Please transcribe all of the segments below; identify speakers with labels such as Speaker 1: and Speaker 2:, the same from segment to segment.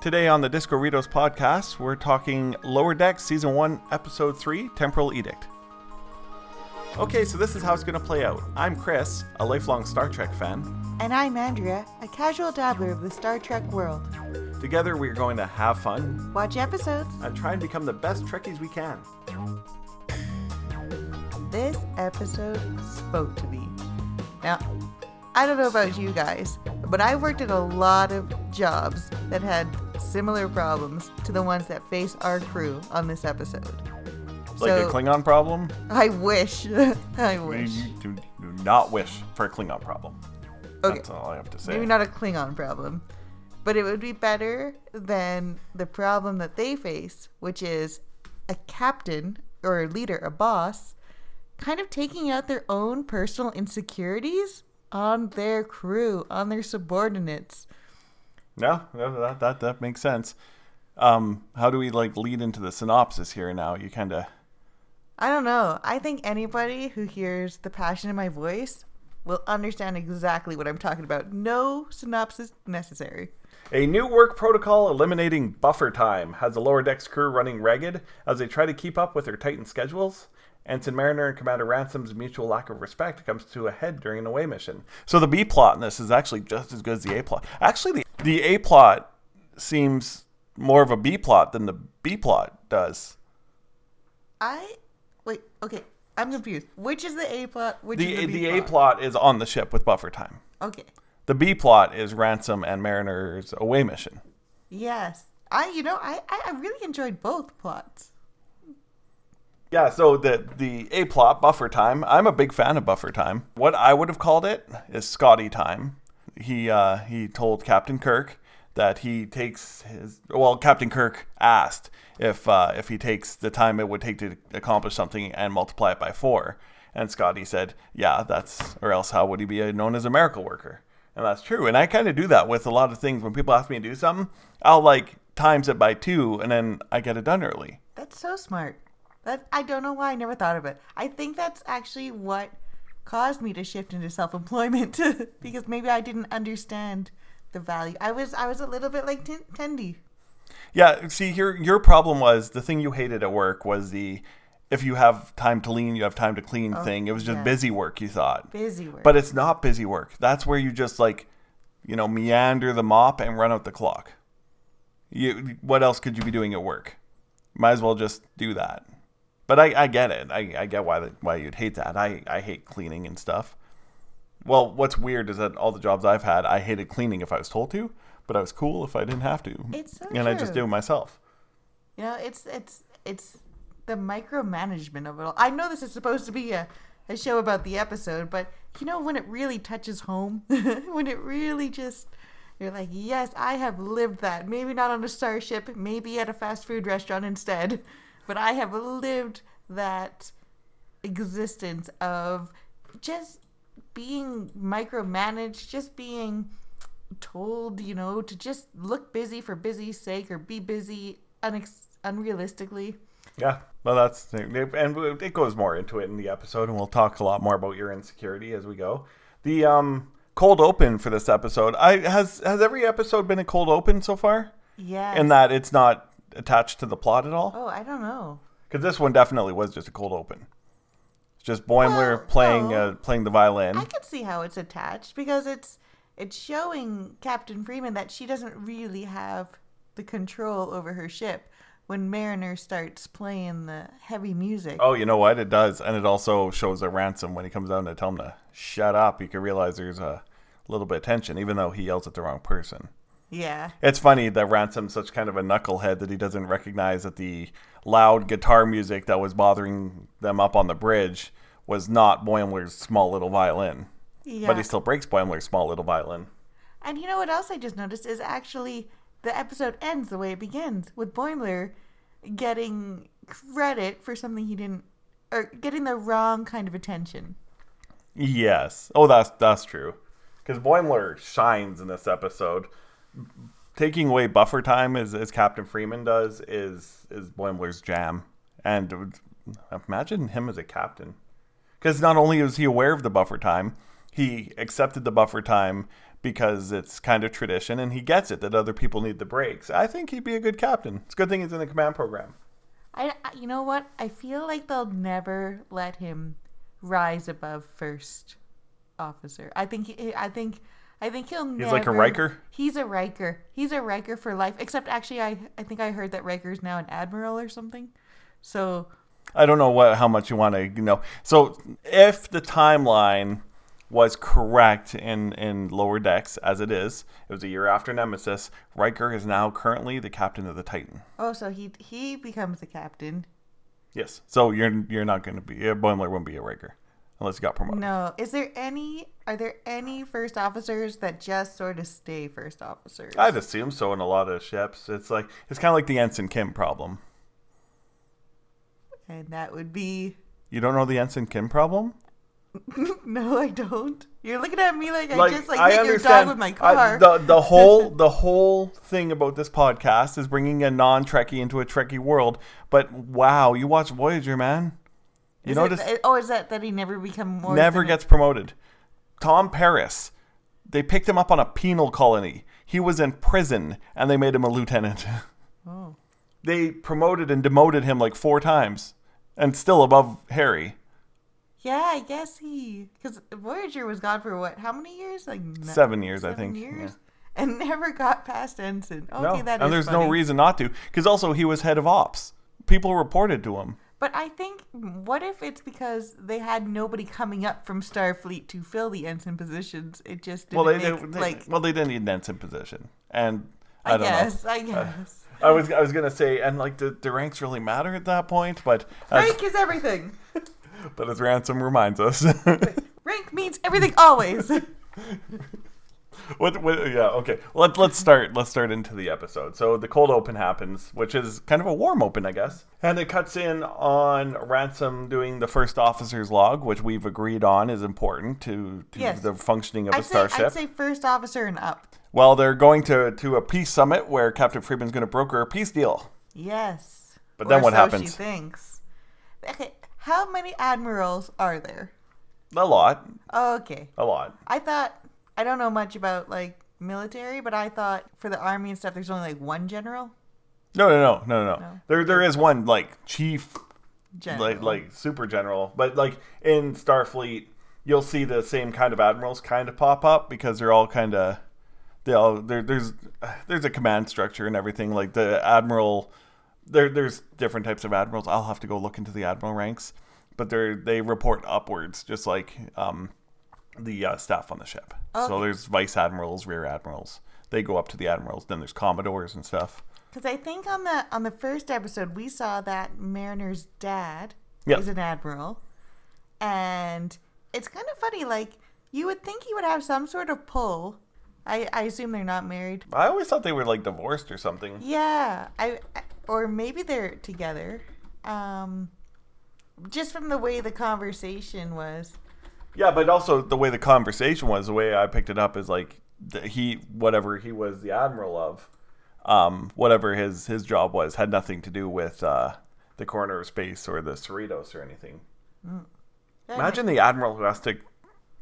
Speaker 1: Today on the Disco Ritos podcast, we're talking Lower Deck Season 1, Episode 3 Temporal Edict. Okay, so this is how it's going to play out. I'm Chris, a lifelong Star Trek fan.
Speaker 2: And I'm Andrea, a casual dabbler of the Star Trek world.
Speaker 1: Together, we're going to have fun
Speaker 2: Watch episodes.
Speaker 1: and try and become the best Trekkies we can.
Speaker 2: This episode spoke to me. Now, I don't know about you guys, but I worked at a lot of jobs that had similar problems to the ones that face our crew on this episode.
Speaker 1: Like a Klingon problem?
Speaker 2: I wish. I wish.
Speaker 1: You do do not wish for a Klingon problem.
Speaker 2: Okay.
Speaker 1: That's all I have to say.
Speaker 2: Maybe not a Klingon problem, but it would be better than the problem that they face, which is a captain or a leader, a boss, kind of taking out their own personal insecurities on their crew, on their subordinates.
Speaker 1: No, no, that, that, that makes sense. Um, how do we like lead into the synopsis here now? You kind of.
Speaker 2: I don't know. I think anybody who hears the passion in my voice will understand exactly what I'm talking about. No synopsis necessary.
Speaker 1: A new work protocol eliminating buffer time has the lower decks crew running ragged as they try to keep up with their tightened schedules. Ensign Mariner and Commander Ransom's mutual lack of respect comes to a head during an away mission. So the B plot in this is actually just as good as the A plot. Actually, the, the A plot seems more of a B plot than the B plot does.
Speaker 2: I wait. Okay, I'm confused. Which is the A plot? Which
Speaker 1: The,
Speaker 2: is the, B
Speaker 1: the A plot is on the ship with buffer time.
Speaker 2: Okay.
Speaker 1: The B plot is Ransom and Mariner's away mission.
Speaker 2: Yes. I. You know. I. I I really enjoyed both plots.
Speaker 1: Yeah, so the the A plot buffer time. I'm a big fan of buffer time. What I would have called it is Scotty time. He uh, he told Captain Kirk that he takes his well. Captain Kirk asked if uh, if he takes the time it would take to accomplish something and multiply it by four. And Scotty said, "Yeah, that's or else how would he be uh, known as a miracle worker?" And that's true. And I kind of do that with a lot of things. When people ask me to do something, I'll like times it by two, and then I get it done early.
Speaker 2: That's so smart. That I don't know why I never thought of it. I think that's actually what caused me to shift into self-employment because maybe I didn't understand the value. I was. I was a little bit like Tin Tendy.
Speaker 1: Yeah, see, your your problem was the thing you hated at work was the if you have time to lean, you have time to clean thing. It was just
Speaker 2: yeah.
Speaker 1: busy work, you thought.
Speaker 2: Busy work.
Speaker 1: But it's not busy work. That's where you just like, you know, meander the mop and run out the clock. You what else could you be doing at work? Might as well just do that. But I, I get it. I, I get why the, why you'd hate that. I, I hate cleaning and stuff. Well, what's weird is that all the jobs I've had, I hated cleaning if I was told to, but I was cool if I didn't have to.
Speaker 2: It's so
Speaker 1: and I just
Speaker 2: true.
Speaker 1: do it myself.
Speaker 2: You know, it's it's it's the micromanagement of it all. I know this is supposed to be a, a show about the episode, but you know when it really touches home, when it really just you're like, yes, I have lived that. Maybe not on a starship, maybe at a fast food restaurant instead, but I have lived that existence of just being micromanaged, just being told, you know, to just look busy for busy's sake or be busy unex- unrealistically.
Speaker 1: Yeah, well, that's and it goes more into it in the episode, and we'll talk a lot more about your insecurity as we go. The um, cold open for this episode, I has has every episode been a cold open so far,
Speaker 2: Yeah.
Speaker 1: in that it's not attached to the plot at all.
Speaker 2: oh, I don't know.
Speaker 1: Because this one definitely was just a cold open. It's just Boimler
Speaker 2: Well,
Speaker 1: playing
Speaker 2: no.
Speaker 1: uh, playing the violin.
Speaker 2: I could see how it's attached because it's it's showing Captain Freeman that she doesn't really have the control over her ship when Mariner starts playing the heavy music.
Speaker 1: Oh, you know what? It does, and it also shows a ransom when he comes down to tell him to shut up. You can realize there's a little bit of tension, even though he yells at the wrong person.
Speaker 2: Yeah.
Speaker 1: It's funny that Ransom's such kind of a knucklehead that he doesn't recognize that the loud guitar music that was bothering them up on the bridge was not Boimler's small little violin.
Speaker 2: Yeah.
Speaker 1: But he still breaks Boimler's small little violin.
Speaker 2: And you know what else I just noticed is actually the episode ends the way it begins with Boimler getting credit for something he didn't, or getting the wrong kind of attention.
Speaker 1: Yes. Oh, that's that's true. Because Boimler shines in this episode. Taking away buffer time as, as Captain Freeman does is is Boimler's jam. And it would- imagine him as a captain. Because not only was he aware of the buffer time, he accepted the buffer time because it's kind of tradition and he gets it that other people need the breaks. I think he'd be a good captain. It's a good thing he's in the command program.
Speaker 2: I, I- you know what? I feel like they'll never let him rise above first officer. I think he, I think I think he'll
Speaker 1: He's like a Riker?
Speaker 2: He's a Riker. He's a Riker for life. Except actually I I think I heard that Riker's now an admiral or something. So
Speaker 1: I don't know what how much you want to you know. So if the timeline was correct in in lower decks as it is, it was a year after Nemesis. Riker is now currently the captain of the Titan.
Speaker 2: oh so he he becomes the captain.
Speaker 1: Yes. So you're you're not going to be yeah, Boimler won't be a Riker unless you got promoted.
Speaker 2: No. Is there any are there any first officers that just sort of stay first officers?
Speaker 1: I'd assume so in a lot of ships. It's like it's kind of like the Ensign Kim problem.
Speaker 2: and that would be
Speaker 1: You don't know the Ensign Kim problem?
Speaker 2: No, I don't. You're looking at me like,
Speaker 1: Like,
Speaker 2: I just like hit your dog with my
Speaker 1: I-
Speaker 2: car.
Speaker 1: the the whole the whole thing about this podcast is bringing a non Trekkie into a Trekkie world. But wow, you watch Voyager, man. You
Speaker 2: Is it-
Speaker 1: notice
Speaker 2: it- oh, is that that he never become more?
Speaker 1: never
Speaker 2: than a-
Speaker 1: gets promoted. Tom Paris, they picked him up on a penal colony. He was in prison, and they made him a lieutenant.
Speaker 2: Oh.
Speaker 1: they promoted and demoted him like four times, and still above Harry.
Speaker 2: Yeah, I guess he because Voyager was gone for what? How many years? Like n-
Speaker 1: Seven years, I
Speaker 2: seven
Speaker 1: think.
Speaker 2: years, and never got past ensign.
Speaker 1: Yeah.
Speaker 2: Okay,
Speaker 1: no,
Speaker 2: that is
Speaker 1: and there's
Speaker 2: funny.
Speaker 1: no reason not to, because also he was head of ops. People reported to him.
Speaker 2: But I think what if it's because they had nobody coming up from Starfleet to fill the ensign positions? It just didn't
Speaker 1: Well, they,
Speaker 2: make,
Speaker 1: they, they-
Speaker 2: like
Speaker 1: well they didn't need an ensign position, and I,
Speaker 2: I,
Speaker 1: don't
Speaker 2: guess
Speaker 1: know. Uh,
Speaker 2: I guess
Speaker 1: I was I was gonna say, and like the, the ranks really matter at that point, but as,
Speaker 2: rank is everything.
Speaker 1: but as ransom reminds us,
Speaker 2: Rank means everything always.
Speaker 1: what, what yeah okay let let's start let's start into the episode. So the cold open happens, which is kind of a warm open, I guess, and it cuts in on ransom doing the first officer's log, which we've agreed on is important to, to
Speaker 2: Yes.
Speaker 1: the functioning of a
Speaker 2: I'd say,
Speaker 1: starship.
Speaker 2: I'd say first officer and up.
Speaker 1: Well, they're going to to a peace summit where Captain Freeman's going to broker a peace deal.
Speaker 2: Yes.
Speaker 1: But then
Speaker 2: Or
Speaker 1: what
Speaker 2: so She
Speaker 1: happens?
Speaker 2: thinks. Okay, how many admirals are there?
Speaker 1: A lot,
Speaker 2: Okay,
Speaker 1: a lot.
Speaker 2: I thought I don't know much about like military, but I thought for the army and stuff, there's only like one general.
Speaker 1: No, no, no, no, no.
Speaker 2: No.
Speaker 1: There, there is one like chief,
Speaker 2: General.
Speaker 1: like like super general, but like in Starfleet, you'll see the same kind of admirals kind of pop up because they're all kind of they all there. There's there's a command structure and everything. Like the admiral, there there's different types of admirals. I'll have to go look into the admiral ranks, but they are they report upwards, just like um, the uh, staff on the ship. So there's vice admirals, rear admirals. They go up to the admirals. Then there's commodores and stuff.
Speaker 2: Because I think on the on the first episode we saw that Mariner's dad
Speaker 1: Yeah.
Speaker 2: is an admiral, and it's kind of funny. Like you would think he would have some sort of pull. I, I assume they're not married.
Speaker 1: I always thought they were like divorced or something.
Speaker 2: Yeah, I I- or maybe they're together. Um, just from the way the conversation was.
Speaker 1: Yeah, but also the way the conversation was, the way I picked it up is like the, he, whatever he was the admiral of, um, whatever his his job was, had nothing to do with uh, the corner of space or the Cerritos or anything. Imagine the admiral who has to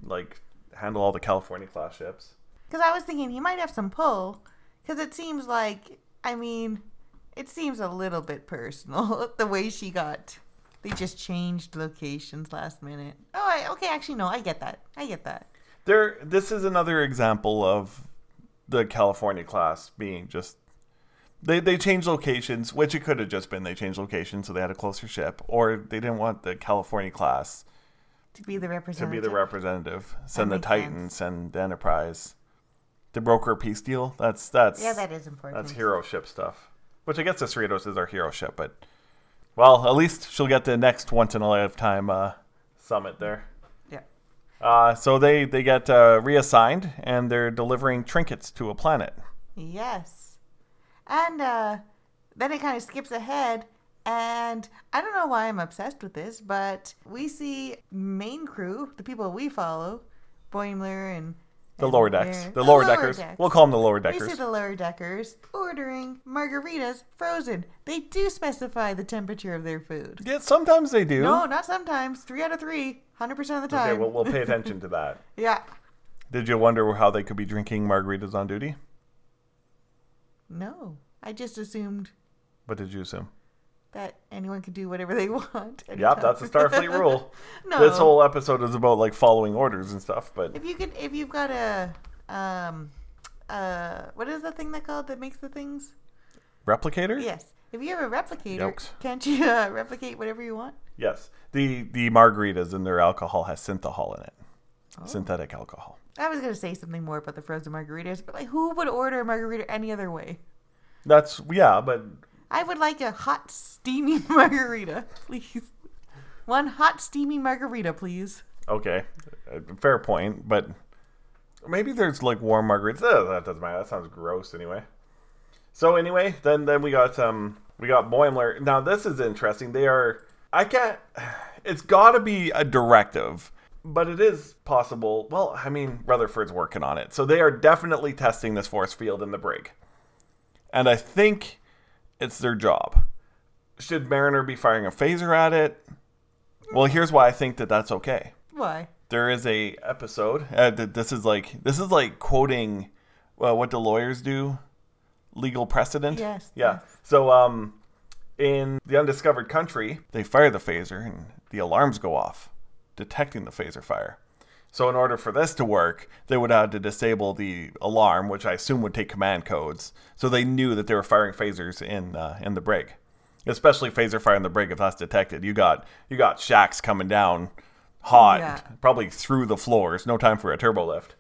Speaker 1: like handle all the California class ships.
Speaker 2: Because I was thinking he might have some pull. Because it seems like, I mean, it seems a little bit personal the way she got. They just changed locations last minute. Oh, I, okay. Actually, no, I get that. I get that.
Speaker 1: There, this is another example of the California class being just they they changed locations, which it could have just been they changed locations so they had a closer ship, or they didn't want the California class
Speaker 2: To be the
Speaker 1: to be
Speaker 2: representative.
Speaker 1: the representative, send the
Speaker 2: makes sense.
Speaker 1: Titans, send the Enterprise, to broker a peace deal. That's that's
Speaker 2: Yeah, that is important.
Speaker 1: that's hero ship stuff. Which I guess the Cerritos is our hero ship, but well, at least she'll get the next once in a lifetime uh, summit there.
Speaker 2: Yeah.
Speaker 1: Uh, so they they get uh, reassigned and they're delivering trinkets to a planet.
Speaker 2: Yes. And uh, then it kind of skips ahead. And I don't know why I'm obsessed with this, but we see main crew, the people we follow, Boimler and
Speaker 1: The
Speaker 2: and
Speaker 1: lower decks,
Speaker 2: Mare-
Speaker 1: the lower deckers.
Speaker 2: decks.
Speaker 1: We'll call them the lower
Speaker 2: we see
Speaker 1: deckers.
Speaker 2: the lower deckers ordering margaritas frozen. They do specify the temperature of their food.
Speaker 1: Yeah, sometimes they do.
Speaker 2: No, not sometimes. Three out of three, hundred percent of the time.
Speaker 1: okay, well we'll pay attention to that.
Speaker 2: yeah.
Speaker 1: Did you wonder how they could be drinking margaritas on duty?
Speaker 2: No, I just assumed
Speaker 1: What did you assume?
Speaker 2: that anyone could do whatever they want.
Speaker 1: Yep, that's a Starfleet rule.
Speaker 2: no,
Speaker 1: This whole episode is about like following orders and stuff, but
Speaker 2: if you could, if you've got a, um, uh, what is the thing that called that makes the things?
Speaker 1: replicator?
Speaker 2: Yes, if you have a replicator,
Speaker 1: Yikes.
Speaker 2: can't you uh, replicate whatever you want?
Speaker 1: Yes. The the margaritas and their alcohol has synthahol in it.
Speaker 2: Oh.
Speaker 1: Synthetic alcohol.
Speaker 2: I was gonna say something more about the frozen margaritas, but like, who would order a margarita any other way?
Speaker 1: That's yeah, but
Speaker 2: I would like a hot, steamy margarita, please. One hot, steamy margarita, please.
Speaker 1: okay. Uh, Fair point, but maybe there's like warm margaritas. Ugh, that doesn't matter. That sounds gross anyway. So anyway, then then we got um we got Boimler. Now this is interesting. They are I can't it's gotta be a directive. But it is possible. Well, I mean, Rutherford's working on it. So they are definitely testing this force field in the brig. And I think it's their job. Should Mariner be firing a phaser at it? Well, here's why I think that that's okay
Speaker 2: Why?
Speaker 1: there is a episode uh, th- this is like this is like quoting uh, what do lawyers do legal precedent
Speaker 2: Yes,
Speaker 1: yeah so um in the undiscovered country they fire the phaser and the alarms go off detecting the phaser fire so in order for this to work they would have to disable the alarm which i assume would take command codes so they knew that they were firing phasers in uh, in the brig especially phaser fire in the brig if that's detected you got you got shacks coming down hot
Speaker 2: Yeah.
Speaker 1: probably through the floors no time for a turbo lift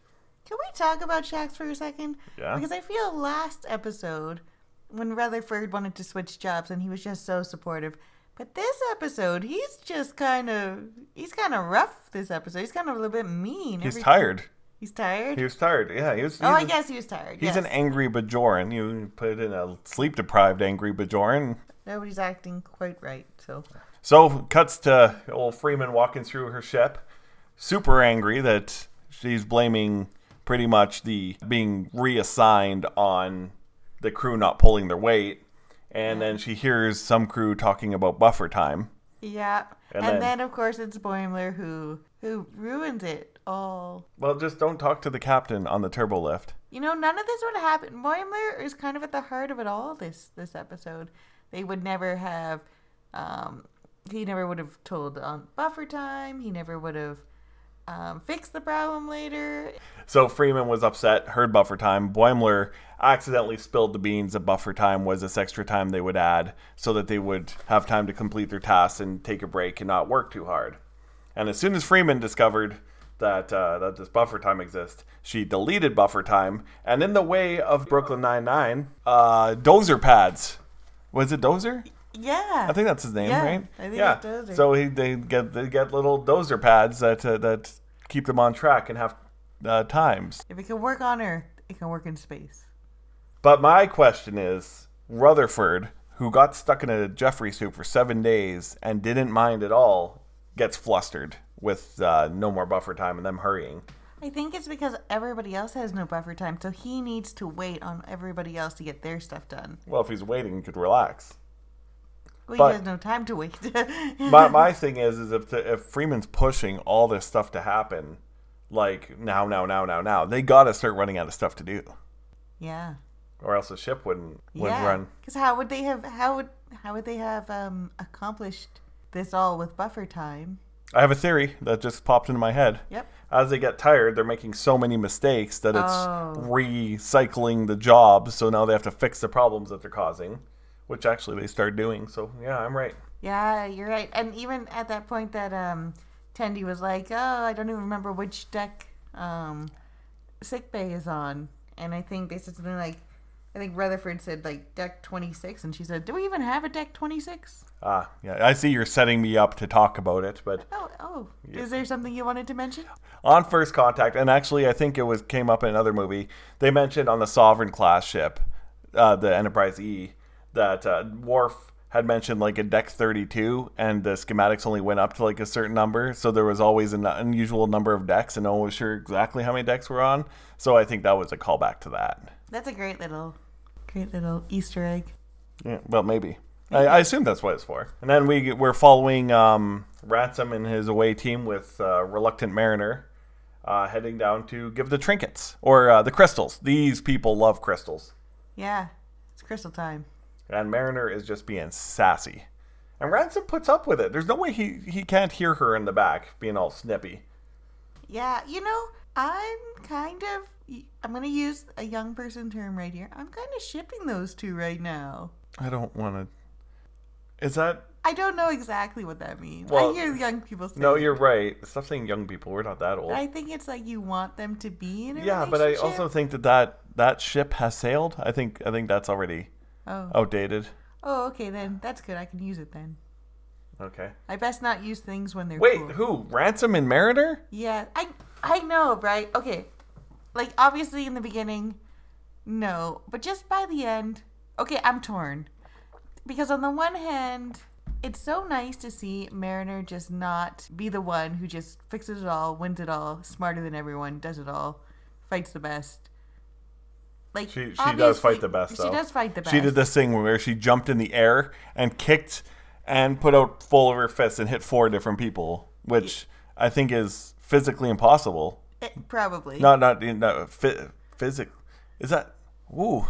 Speaker 2: Can we talk about Shax for a second?
Speaker 1: Yeah.
Speaker 2: Because I feel last episode, when Rutherford wanted to switch jobs and he was just so supportive. But this episode, he's just kind of he's kind of rough. This episode, he's kind of a little bit mean.
Speaker 1: he's
Speaker 2: Every-
Speaker 1: tired
Speaker 2: He's tired.
Speaker 1: he was tired yeah he was
Speaker 2: oh,
Speaker 1: he was-
Speaker 2: I guess he was tired.
Speaker 1: He's
Speaker 2: yes.
Speaker 1: an angry Bajoran. You put in a sleep deprived angry Bajoran.
Speaker 2: Nobody's acting quite right. So
Speaker 1: So cuts to old Freeman walking through her ship, super angry that she's blaming pretty much the being reassigned on the crew not pulling their weight. And then she hears some crew talking about buffer time.
Speaker 2: yeah,
Speaker 1: And
Speaker 2: and,
Speaker 1: then-
Speaker 2: then, of course it's Boimler who who ruins it all.
Speaker 1: Well, just don't talk to the captain on the turbo lift.
Speaker 2: You know, none of this would happen. Boimler is kind of at the heart of it all. This this episode, they would never have. Um, he never would have told on buffer time. He never would have um, fixed the problem later.
Speaker 1: So Freeman was upset, heard buffer time. Boimler accidentally spilled the beans that buffer time was this extra time they would add so that they would have time to complete their tasks and take a break and not work too hard. And as soon as Freeman discovered that uh, that this buffer time exists, she deleted buffer time. And in the way of Brooklyn Nine Nine, uh, dozer pads. Was it dozer?
Speaker 2: Yeah,
Speaker 1: I think that's his name,
Speaker 2: Yeah,
Speaker 1: right?
Speaker 2: I think it's Dozer.
Speaker 1: So he, they get they get little dozer pads that uh, that keep them on track and have uh, times.
Speaker 2: if it can work on Earth, it can work in space.
Speaker 1: But my question is Rutherford, who got stuck in a Jeffrey suit for seven days and didn't mind at all, gets flustered with uh, no more buffer time and them hurrying.
Speaker 2: I think it's because everybody else has no buffer time, so he needs to wait on everybody else to get their stuff done.
Speaker 1: Well, if he's waiting, he could relax.
Speaker 2: Well,
Speaker 1: But-
Speaker 2: he has no time to wait.
Speaker 1: My, my thing is, is if, the, if Freeman's pushing all this stuff to happen, like now, now, now, now, now, they got to start running out of stuff to do,
Speaker 2: yeah.
Speaker 1: or else the ship wouldn't would
Speaker 2: yeah.
Speaker 1: run.
Speaker 2: Because how would they have how would how would they have um, accomplished this all with buffer time?
Speaker 1: I have a theory that just popped into my head.
Speaker 2: Yep.
Speaker 1: as they get tired, they're making so many mistakes that it's
Speaker 2: Oh.
Speaker 1: recycling the jobs. So now they have to fix the problems that they're causing, which actually they start doing. So yeah, I'm right.
Speaker 2: Yeah, you're right. And even at that point that um, Tendy was like, "Oh, I don't even remember which deck um, sick bay is on," and I think they said something like, "I think Rutherford said like deck 26," and she said, "Do we even have a deck 26?"
Speaker 1: Ah, yeah. I see you're setting me up to talk about it, but
Speaker 2: Oh, oh, is there something you wanted to mention?
Speaker 1: on first contact, and actually I think it was came up in another movie. They mentioned on the Sovereign class ship, uh, the Enterprise E, that uh, Worf had mentioned like a deck 32, and the schematics only went up to like a certain number, so there was always an unusual number of decks, and no one was sure exactly how many decks were on. So I think that was a callback to that.
Speaker 2: That's a great little, great little Easter egg.
Speaker 1: Yeah, well, maybe. I, I assume that's what it's for. And then we we're following um, Ransom and his away team with uh, Reluctant Mariner uh, heading down to give the trinkets or uh, the crystals. These people love crystals.
Speaker 2: Yeah, it's crystal time.
Speaker 1: And Mariner is just being sassy. And Ransom puts up with it. There's no way he, he can't hear her in the back being all snippy.
Speaker 2: Yeah, you know, I'm kind of. I'm going to use a young person term right here. I'm kind of shipping those two right now.
Speaker 1: I don't want to. Is that.
Speaker 2: I don't know exactly what that means.
Speaker 1: Well,
Speaker 2: I hear young people say
Speaker 1: No,
Speaker 2: it,
Speaker 1: you're right. Stop saying young people. We're not that old.
Speaker 2: but I think it's like you want them to be in a
Speaker 1: yeah, but I
Speaker 2: relationship.
Speaker 1: also think that, that that ship has sailed. I think I think that's already
Speaker 2: Oh.
Speaker 1: outdated.
Speaker 2: Oh, okay then. That's good. I can use it then.
Speaker 1: Okay.
Speaker 2: I best not use things when they're
Speaker 1: Wait,
Speaker 2: cool.
Speaker 1: who? Ransom and Mariner?
Speaker 2: Yeah, I I know, right? Okay. Like obviously in the beginning, no, but just by the end, okay, I'm torn. Because on the one hand, it's so nice to see Mariner just not be the one who just fixes it all, wins it all, smarter than everyone, does it all, fights the best. Like
Speaker 1: She she does
Speaker 2: obviously-
Speaker 1: fight the best. Though.
Speaker 2: She does fight the best.
Speaker 1: She did this thing where she jumped in the air and kicked and put out full of her fists and hit four different people, which I think is physically impossible.
Speaker 2: Eh, probably.
Speaker 1: Not not no, phy- physic. Is that ooh?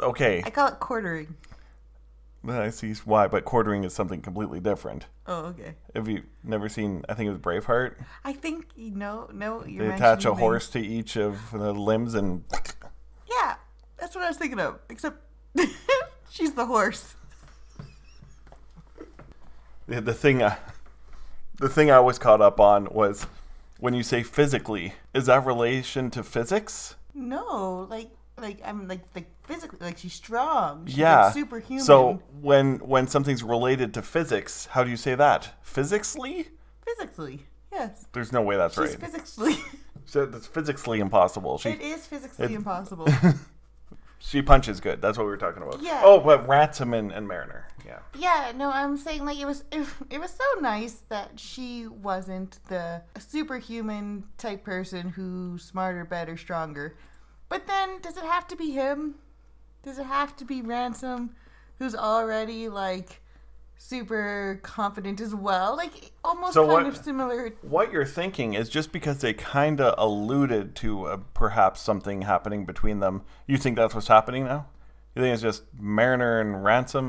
Speaker 1: Okay,
Speaker 2: I call it quartering.
Speaker 1: I see why. But quartering is something completely different.
Speaker 2: Oh, okay.
Speaker 1: Have you never seen? I think it was Braveheart.
Speaker 2: I think you know, no, you're
Speaker 1: They attach a
Speaker 2: mentioning things.
Speaker 1: horse to each of the limbs and
Speaker 2: Yeah, that's what I was thinking of. Except she's the horse.
Speaker 1: the, the thing I, the thing I was caught up on was when you say physically is that relation to physics
Speaker 2: No, like like I'm like like physically like she's strong. She's
Speaker 1: yeah
Speaker 2: like superhuman.
Speaker 1: so when when something's related to physics how do you say that physically
Speaker 2: physically, yes,
Speaker 1: there's no way that's
Speaker 2: she's
Speaker 1: right
Speaker 2: physically.
Speaker 1: so that's physically impossible she
Speaker 2: it is physically
Speaker 1: It-
Speaker 2: impossible.
Speaker 1: she punches good that's what we were talking about
Speaker 2: Yeah.
Speaker 1: oh but ransom and, and mariner yeah
Speaker 2: yeah, no, I'm saying like it was it, it was so nice that she wasn't the superhuman type person who's smarter, better, stronger. But then, does it have to be him? Does it have to be Ransom, who's already like super confident as well? Like almost
Speaker 1: So
Speaker 2: kind
Speaker 1: what-
Speaker 2: of similar.
Speaker 1: what you're thinking is just because they kind of alluded to uh, perhaps something happening between them you think that's what's happening now you think it's just mariner and ransom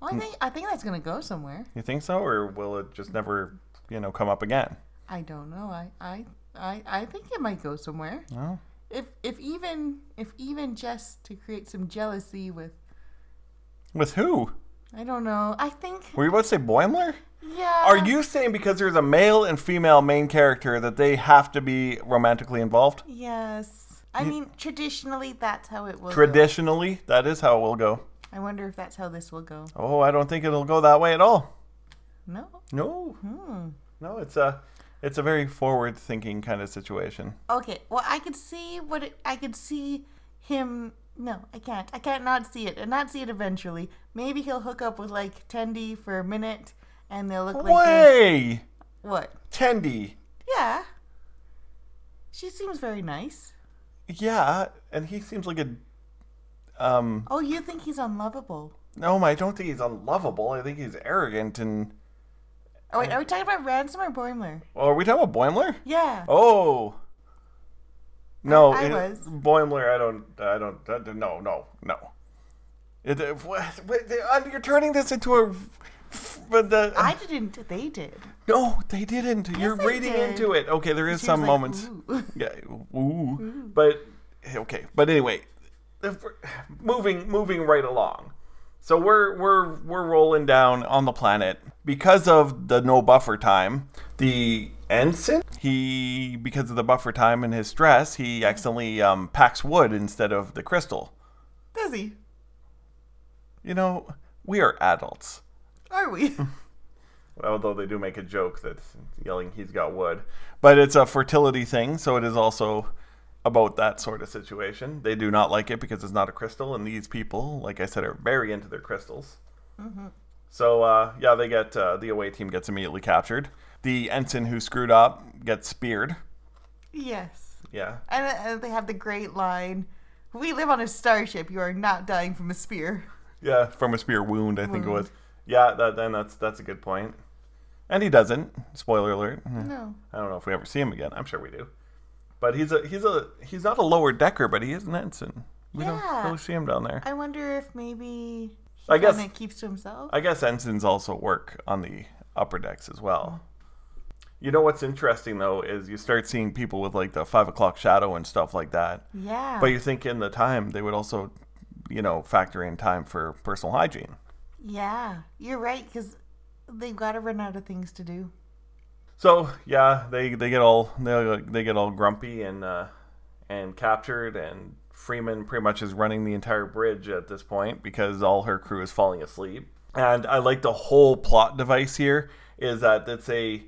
Speaker 2: Well,
Speaker 1: Hmm.
Speaker 2: I think I think that's gonna go somewhere.
Speaker 1: You think so, or will it just never, you know, come up again?
Speaker 2: I don't know. I I I, I think it might go somewhere.
Speaker 1: No.
Speaker 2: If if even if even just to create some jealousy with
Speaker 1: With who?
Speaker 2: I don't know. I think
Speaker 1: Were you about to say Boimler?
Speaker 2: yeah.
Speaker 1: Are you saying because there's a male and female main character that they have to be romantically involved?
Speaker 2: Yes. I mean, traditionally that's how it will. go.
Speaker 1: Traditionally, that is how it will go.
Speaker 2: I wonder if that's how this will go.
Speaker 1: Oh, I don't think it'll go that way at all.
Speaker 2: No.
Speaker 1: No,
Speaker 2: Hmm.
Speaker 1: no, it's a, it's a very forward-thinking kind of situation.
Speaker 2: Okay. Well, I could see what it, I could see him. No, I can't. I can't not see it and not see it eventually. Maybe he'll hook up with like Tendy for a minute, and they'll look like they're-
Speaker 1: Way,
Speaker 2: what?
Speaker 1: Tendy.
Speaker 2: Yeah. She seems very nice.
Speaker 1: Yeah, and he seems like a, um,
Speaker 2: Oh, you think he's unlovable?
Speaker 1: no, I don't think he's unlovable. I think he's arrogant and.
Speaker 2: Oh wait, are we talking about Ransom or Boimler?
Speaker 1: Oh, are we talking about Boimler?
Speaker 2: Yeah.
Speaker 1: Oh. No,
Speaker 2: I
Speaker 1: it-
Speaker 2: was.
Speaker 1: Boimler. I don't. I don't. I don't- no, no, no. It, uh, what, what, they- uh, you're turning this into a. But the,
Speaker 2: I didn't. They did.
Speaker 1: no, they didn't. you're
Speaker 2: they
Speaker 1: reading
Speaker 2: did.
Speaker 1: into it. Okay, there is
Speaker 2: She was
Speaker 1: some
Speaker 2: like,
Speaker 1: moments.
Speaker 2: "Ooh."
Speaker 1: Yeah. Ooh. But okay. But anyway, if we're- moving moving right along. So we're we're we're rolling down on the planet because of the no buffer time. The ensign he because of the buffer time and his stress he accidentally um, packs wood instead of the crystal.
Speaker 2: Does he?
Speaker 1: You know we are adults.
Speaker 2: Are we?
Speaker 1: although they do make a joke that's yelling he's got wood but it's a fertility thing so it is also about that sort of situation they do not like it because it's not a crystal and these people like i said are very into their crystals so uh, yeah they get uh, the away team gets immediately captured the ensign who screwed up gets speared
Speaker 2: yes.
Speaker 1: yeah
Speaker 2: And, uh, and they have the great line We live on a starship. You are not dying from a spear.
Speaker 1: yeah from a spear wound i think it was yeah that then that's that's a good point and he doesn't. Spoiler alert.
Speaker 2: No.
Speaker 1: I don't know if we ever see him again. I'm sure we do. But he's a he's a he's not a lower decker, but he is an ensign. We don't
Speaker 2: Yeah.
Speaker 1: really see him down there.
Speaker 2: I wonder if maybe he
Speaker 1: I guess-
Speaker 2: kinda keeps to himself.
Speaker 1: I guess ensigns also work on the upper decks as well. You know what's interesting though is you start seeing people with like the five o'clock shadow and stuff like that.
Speaker 2: yeah.
Speaker 1: But you think in the time they would also, you know, factor in time for personal hygiene.
Speaker 2: yeah. You're right cuz they've got to run out of things to do.
Speaker 1: So yeah, they they get all they they get all grumpy and uh, and captured, and Freeman pretty much is running the entire bridge at this point because all her crew is falling asleep. And I like the whole plot device here is that it's a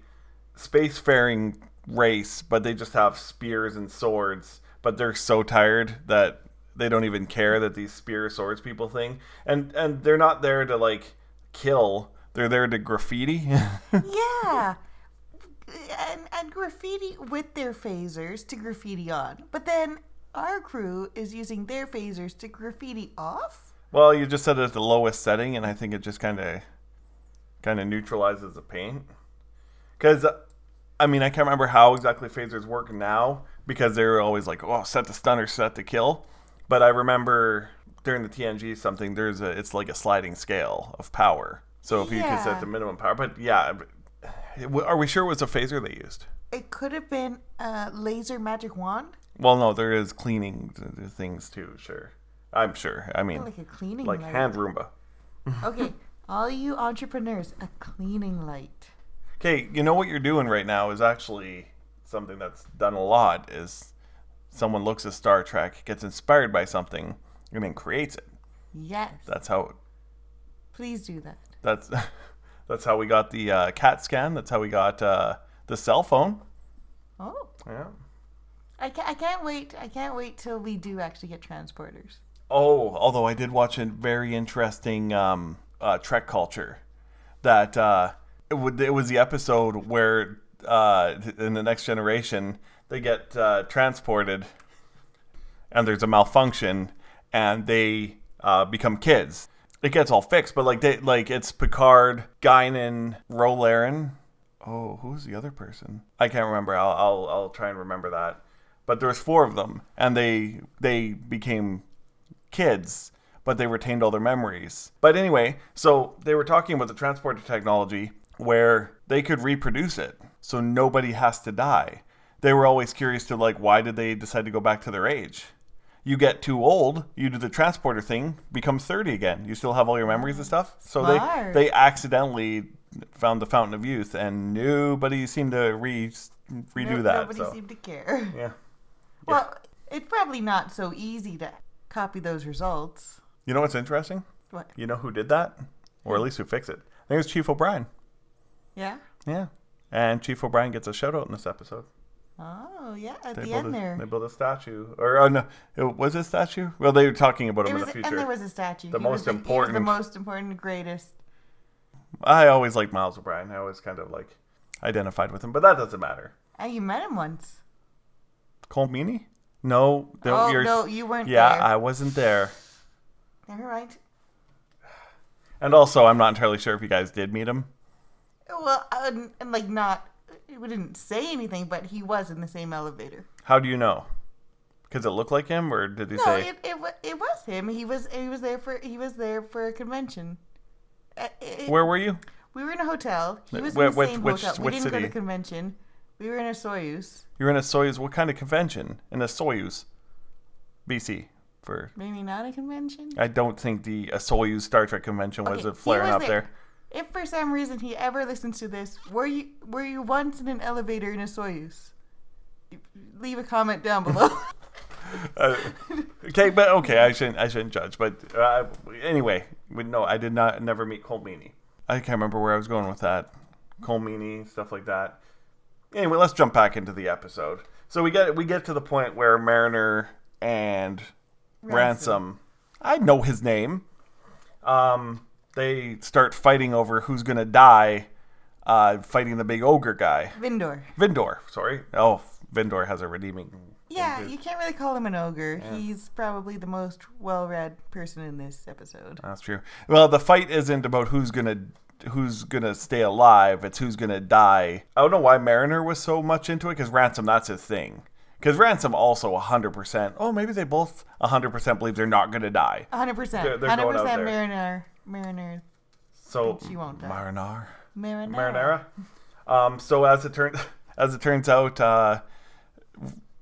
Speaker 1: spacefaring race, but they just have spears and swords. But they're so tired that they don't even care that these spear swords people thing, and and they're not there to like kill. They're there to graffiti.
Speaker 2: Yeah. And, and graffiti with their phasers to graffiti on. But then our crew is using their phasers to graffiti off?
Speaker 1: Well, you just said it at the lowest setting, and I think it just kind of, kind of neutralizes the paint. Because, I mean, I can't remember how exactly phasers work now because they were always like, oh, set to stun or set to kill. But I remember during the TNG something, there's a, it's like a sliding scale of power. So if you can
Speaker 2: Yeah.
Speaker 1: set the minimum power, but yeah, it- are we sure it was a phaser they used?
Speaker 2: It could have been a laser magic wand,
Speaker 1: Well, no, there is cleaning th- things too. Sure, I'm sure. I mean,
Speaker 2: like a cleaning
Speaker 1: like
Speaker 2: light.
Speaker 1: hand Roomba.
Speaker 2: okay, all you entrepreneurs, a cleaning light.
Speaker 1: Okay, you know what you're doing right now is actually something that's done a lot is someone looks at Star Trek, gets inspired by something, and then creates it.
Speaker 2: Yes,
Speaker 1: That's how
Speaker 2: please do that.
Speaker 1: that's that's how we got the uh, CAT scan. That's how we got uh, the cell phone.
Speaker 2: Oh,
Speaker 1: Yeah.
Speaker 2: I can't, I can't wait. I can't wait till we do actually get transporters.
Speaker 1: Oh, although I did watch a very interesting um, uh, Trek culture that uh, it, would, it was the episode where uh, in the next generation they get uh, transported and there's a malfunction and they uh, become kids. It gets all fixed, but like they like it's Picard, Guinan, Rolaren. Oh, who's the other person? I can't remember. I'll, I'll I'll try and remember that. But there was four of them, and they they became kids, but they retained all their memories. But anyway, so they were talking about the transporter technology where they could reproduce it, so nobody has to die. They were always curious to like why did they decide to go back to their age? You get too old, you do the transporter thing, become 30 again. You still have all your memories and stuff. So they
Speaker 2: Mm. Smart.
Speaker 1: they accidentally found the fountain of youth and nobody seemed to re redo
Speaker 2: No-
Speaker 1: that.
Speaker 2: Nobody
Speaker 1: So.
Speaker 2: seemed to care.
Speaker 1: yeah.
Speaker 2: Well, it's probably not so easy to copy those results.
Speaker 1: You know what's interesting?
Speaker 2: What?
Speaker 1: You know who did that? Or at least who fixed it? I think it was Chief O'Brien.
Speaker 2: Yeah.
Speaker 1: Yeah. And Chief O'Brien gets a shout out in this episode.
Speaker 2: Oh, yeah. At
Speaker 1: They
Speaker 2: the
Speaker 1: built
Speaker 2: end
Speaker 1: a,
Speaker 2: there,
Speaker 1: They built a statue. Or, oh, no. It, was it a statue? Well, they were talking about
Speaker 2: it
Speaker 1: him
Speaker 2: was,
Speaker 1: in the
Speaker 2: and there
Speaker 1: future.
Speaker 2: was a statue.
Speaker 1: The
Speaker 2: He
Speaker 1: most
Speaker 2: was he was
Speaker 1: important-
Speaker 2: the most important, greatest.
Speaker 1: I always liked Miles O'Brien. I always kind of like identified with him, but that doesn't matter.
Speaker 2: Oh, you met him once.
Speaker 1: Cole Meany? No.
Speaker 2: oh no, you weren't
Speaker 1: yeah,
Speaker 2: there.
Speaker 1: I wasn't there.
Speaker 2: Never mind.
Speaker 1: And also, I'm not entirely sure if you guys did meet him.
Speaker 2: Well, I wouldn't- and like not, we didn't say anything, but he was in the same elevator.
Speaker 1: How do you know? Because it looked like him, or did he
Speaker 2: No,
Speaker 1: say?
Speaker 2: it, it wa- it was him. He was he was there for he was there for a convention. Uh, it-
Speaker 1: Where were you?
Speaker 2: we were in a hotel. He was
Speaker 1: Wh-
Speaker 2: in the
Speaker 1: which-
Speaker 2: same
Speaker 1: which-
Speaker 2: hotel. we
Speaker 1: which
Speaker 2: didn't go to
Speaker 1: city?
Speaker 2: the convention. We were in a Soyuz.
Speaker 1: You're in a Soyuz. What kind of convention? In a Soyuz, BC for
Speaker 2: Maybe not a convention.
Speaker 1: I don't think the uh, Soyuz Star Trek convention was
Speaker 2: Okay,
Speaker 1: a
Speaker 2: he
Speaker 1: flaring
Speaker 2: was
Speaker 1: up there.
Speaker 2: If for some reason he ever listens to this, were you were you once in an elevator in a Soyuz? Leave a comment down below.
Speaker 1: Uh, okay, but okay, I shouldn't I shouldn't judge. But uh, anyway, we- no, I did not never meet Cole Meany. I can't remember where I was going with that. Cole Meany, stuff like that. Anyway, let's jump back into the episode. So we get we get to the point where Mariner and Ransom,
Speaker 2: Ransom.
Speaker 1: I know his name. Um, they start fighting over who's gonna die. Uh, fighting the big ogre guy.
Speaker 2: Vindor.
Speaker 1: Vindor, sorry. Oh, Vindor has a redeeming.
Speaker 2: Yeah, you can't really call him an ogre. He's probably the most well-read person in this episode.
Speaker 1: That's true. Well, the fight isn't about who's gonna who's gonna stay alive. It's who's gonna die. I don't know why Mariner was so much into it because Ransom that's his thing. Because Ransom also 100%. Oh, maybe they both 100% believe they're not gonna die.
Speaker 2: 100%.
Speaker 1: They're- they're
Speaker 2: 100%
Speaker 1: going out there.
Speaker 2: Mariner. Mariner.
Speaker 1: So
Speaker 2: She won't die.
Speaker 1: Mariner.
Speaker 2: Marinara.
Speaker 1: Marinara. Um, so as it turns as it turns out, uh,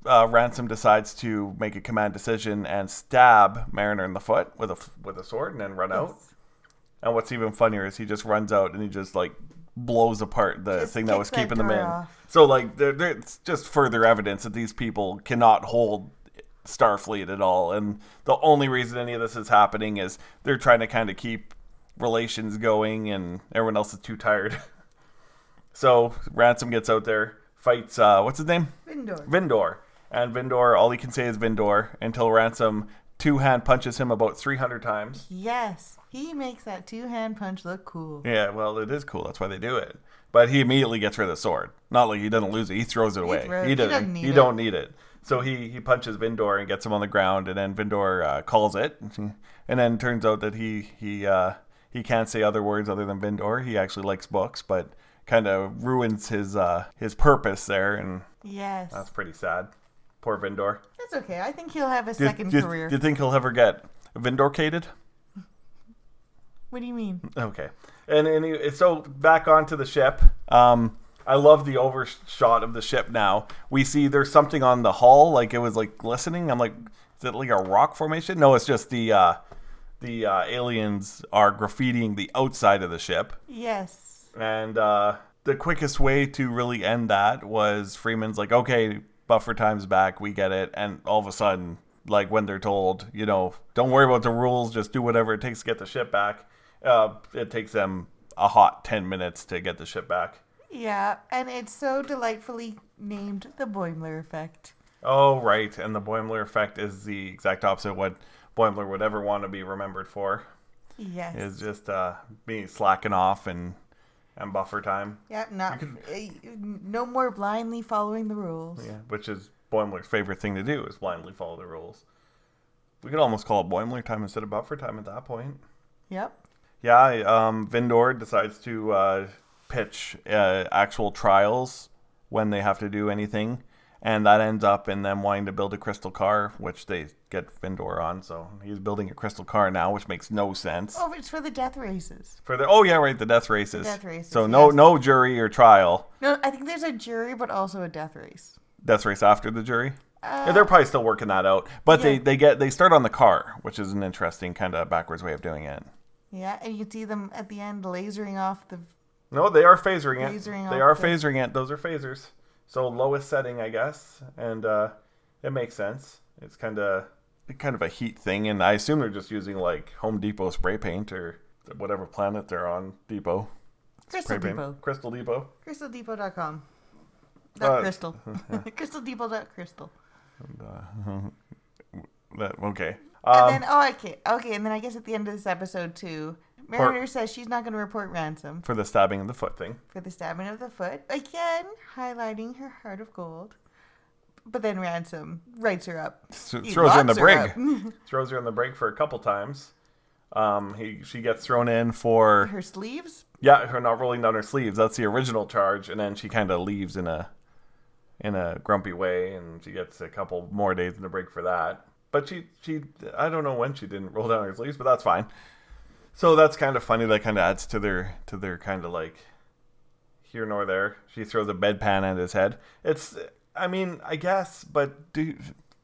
Speaker 1: uh, Ransom decides to make a command decision and stab Mariner in the foot with a f- with a sword and then run out. And what's even funnier is he just runs out and he just like blows apart the
Speaker 2: Just
Speaker 1: thing that
Speaker 2: kicks
Speaker 1: was
Speaker 2: that
Speaker 1: keeping them
Speaker 2: door
Speaker 1: in.
Speaker 2: off.
Speaker 1: So like there, there, it's just further evidence that these people cannot hold Starfleet at all. And the only reason any of this is happening is they're trying to kind of keep relations going, and everyone else is too tired. so Ransom gets out there, fights. Uh, what's his name?
Speaker 2: Vindor.
Speaker 1: Vindor. And Vindor, all he can say is Vindor until Ransom two hand punches him about three hundred times.
Speaker 2: Yes, he makes that two hand punch look cool.
Speaker 1: Yeah, well, it is cool. That's why they do it. But he immediately gets rid of the sword. Not like he doesn't lose it; he throws it away.
Speaker 2: throws-
Speaker 1: He,
Speaker 2: he
Speaker 1: doesn't.
Speaker 2: doesn't need
Speaker 1: he
Speaker 2: it.
Speaker 1: don't need it. So he he punches Vindor and gets him on the ground, and then Vindor uh, calls it, and then turns out that he he uh, he can't say other words other than Vindor. He actually likes books, but kind of ruins his uh, his purpose there, and
Speaker 2: Yes.
Speaker 1: that's pretty sad. Poor Vindor.
Speaker 2: That's okay. I think he'll have a
Speaker 1: Do you-
Speaker 2: second
Speaker 1: do you-
Speaker 2: career.
Speaker 1: Do you think he'll ever get Vindorcated?
Speaker 2: what do you mean?
Speaker 1: Okay. And anyway, so back onto the ship. Um, I love the overshot of the ship now. We see there's something on the hull, like it was like glistening. I'm like, is it like a rock formation? No, it's just the uh, the uh, aliens are graffitiing the outside of the ship.
Speaker 2: Yes.
Speaker 1: And uh, the quickest way to really end that was Freeman's like, okay, buffer time's back, we get it. And all of a sudden, like when they're told, you know, don't worry about the rules, just do whatever it takes to get the ship back. Uh, it takes them a hot 10 minutes to get the ship back.
Speaker 2: Yeah, and it's so delightfully named the Boimler effect.
Speaker 1: Oh, right. And the Boimler effect is the exact opposite of what Boimler would ever want to be remembered for.
Speaker 2: Yes.
Speaker 1: Is just uh, being slacking off and and buffer time,
Speaker 2: Yep, not eh, no more blindly following the rules.
Speaker 1: yeah. which is Boimler's favorite thing to do is blindly follow the rules. We could almost call it Boimler time instead of buffer time at that point.
Speaker 2: Yep.
Speaker 1: Yeah, um, Vindor decides to uh, pitch uh, actual trials when they have to do anything, and that ends up in them wanting to build a crystal car, which they get Vindor on. So he's building a crystal car now, which makes no sense.
Speaker 2: Oh, it's for the death races.
Speaker 1: For the oh yeah right the death races.
Speaker 2: death races,
Speaker 1: So no
Speaker 2: yes.
Speaker 1: no jury or trial.
Speaker 2: No, I think there's a jury, but also a death race.
Speaker 1: death race after the jury. Yeah, they're probably still working that out, but they,
Speaker 2: Uh, yeah.
Speaker 1: they get they start on the car, which is an interesting kind of backwards way of doing it.
Speaker 2: Yeah, and you can see them at the end lasering off the.
Speaker 1: No, they are phasering it.
Speaker 2: Phasering
Speaker 1: they
Speaker 2: off
Speaker 1: are
Speaker 2: the-
Speaker 1: phasering it. Those are phasers. So lowest setting, I guess, and uh, it makes sense. It's kind of kind of a heat thing, and I assume they're just using like Home Depot spray paint or whatever planet they're on. Depot
Speaker 2: Crystal
Speaker 1: Spray paint.
Speaker 2: Depot.
Speaker 1: Crystal Depot.
Speaker 2: CrystalDepot.com.
Speaker 1: Uh,
Speaker 2: Dot crystal. crystal Depot. Dot crystal.
Speaker 1: That okay.
Speaker 2: and then, oh, okay. Okay, and then I guess at the end of this episode, too, Mariner says she's not going to report ransom
Speaker 1: For the stabbing in the foot thing.
Speaker 2: for the stabbing of the foot. Again, highlighting her heart of gold. But then Ransom writes her up.
Speaker 1: Th-
Speaker 2: He
Speaker 1: throws her in the
Speaker 2: locks
Speaker 1: brig.
Speaker 2: up.
Speaker 1: throws her in the break for a couple times. Um, he she gets thrown in for
Speaker 2: her sleeves?
Speaker 1: yeah, her not rolling down her sleeves. That's the original charge, and then she kind of leaves in a in a grumpy way, and she gets a couple more days in the break for that. But she she I don't know when she didn't roll down her sleeves, but that's fine. So that's kind of funny. That kind of adds to their to their kind of like here nor there. She throws a bedpan at his head. It's I mean I guess, but do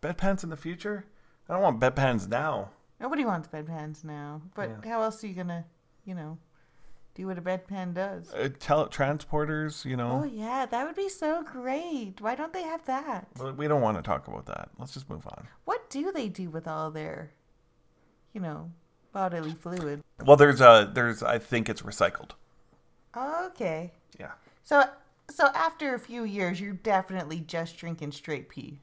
Speaker 1: bedpans in the future? I don't want bedpans now.
Speaker 2: Nobody wants bedpans now. But how else are you going to, you know, do what a bedpan does?
Speaker 1: uh, tele- transporters, you
Speaker 2: Oh,
Speaker 1: know.
Speaker 2: yeah, that would be so great. Why don't they have that?
Speaker 1: But We don't want to talk about that. Let's just move on.
Speaker 2: What do they do with all their, you know, bodily fluid?
Speaker 1: Well, there's a there's I think it's recycled.
Speaker 2: Okay.
Speaker 1: Yeah.
Speaker 2: So so after a few years, you're definitely just drinking straight pee.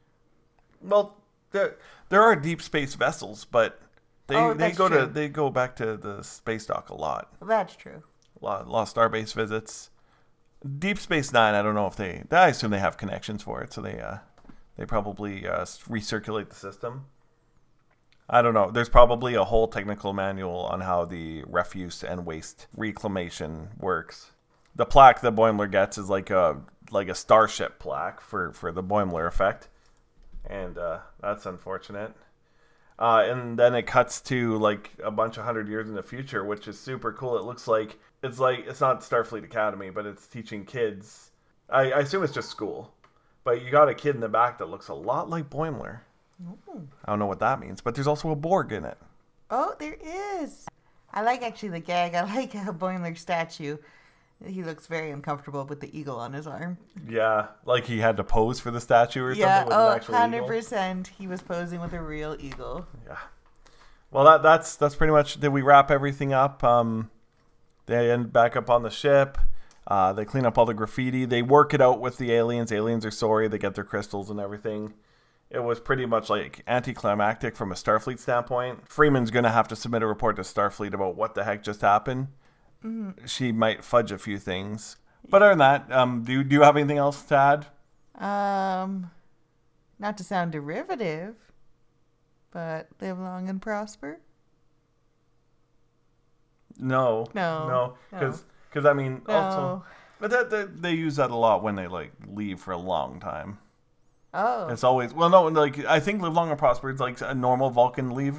Speaker 1: Well, there there are deep space vessels, but they
Speaker 2: Oh,
Speaker 1: they
Speaker 2: that's
Speaker 1: go to
Speaker 2: true.
Speaker 1: they go back to the space dock a lot.
Speaker 2: Well, that's true.
Speaker 1: A lot, a lot of starbase visits. Deep Space Nine. I don't know if they. I assume they have connections for it, so they uh, they probably uh, s- recirculate the system. I don't know. There's probably a whole technical manual on how the refuse and waste reclamation works. The plaque that Boimler gets is like a like a starship plaque for for the Boimler effect, and uh, that's unfortunate. Uh, and then it cuts to like a bunch of hundred years in the future, which is super cool. It looks like it's like it's not Starfleet Academy, but it's teaching kids. I, I assume it's just school, but you got a kid in the back that looks a lot like Boimler. I don't know what that means, but there's also a Borg in it.
Speaker 2: Oh, there is. I like actually the gag. I like how Boimler statue. He looks very uncomfortable with the eagle on his arm.
Speaker 1: Yeah, like he had to pose for the statue or
Speaker 2: Yeah,
Speaker 1: something with an
Speaker 2: oh,
Speaker 1: actual eagle.
Speaker 2: 100%. He was posing with a real eagle.
Speaker 1: Yeah. Well, that that's that's pretty much. Did we wrap everything up? Um, they end back up on the ship. Uh, they clean up all the graffiti. They work it out with the aliens. Aliens are sorry. They get their crystals and everything. It was pretty much like anticlimactic from a Starfleet standpoint. Freeman's gonna have to submit a report to Starfleet about what the heck just happened. She might fudge a few things, but other than that, um, do you- do you have anything else to add?
Speaker 2: Um, not to sound derivative, but live long and prosper.
Speaker 1: No,
Speaker 2: No,
Speaker 1: no,
Speaker 2: no.
Speaker 1: because I mean also.
Speaker 2: No.
Speaker 1: But that, that they use that a lot when they like leave for a long time.
Speaker 2: Oh,
Speaker 1: It's always well, no, like I think live long and prosper is like a normal Vulcan leave,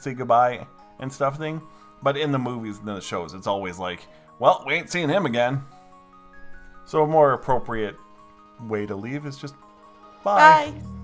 Speaker 1: say goodbye and stuff thing. But in the movies and the shows, it's always like, well, we ain't seeing him again. So a more appropriate way to leave is just bye.
Speaker 2: bye.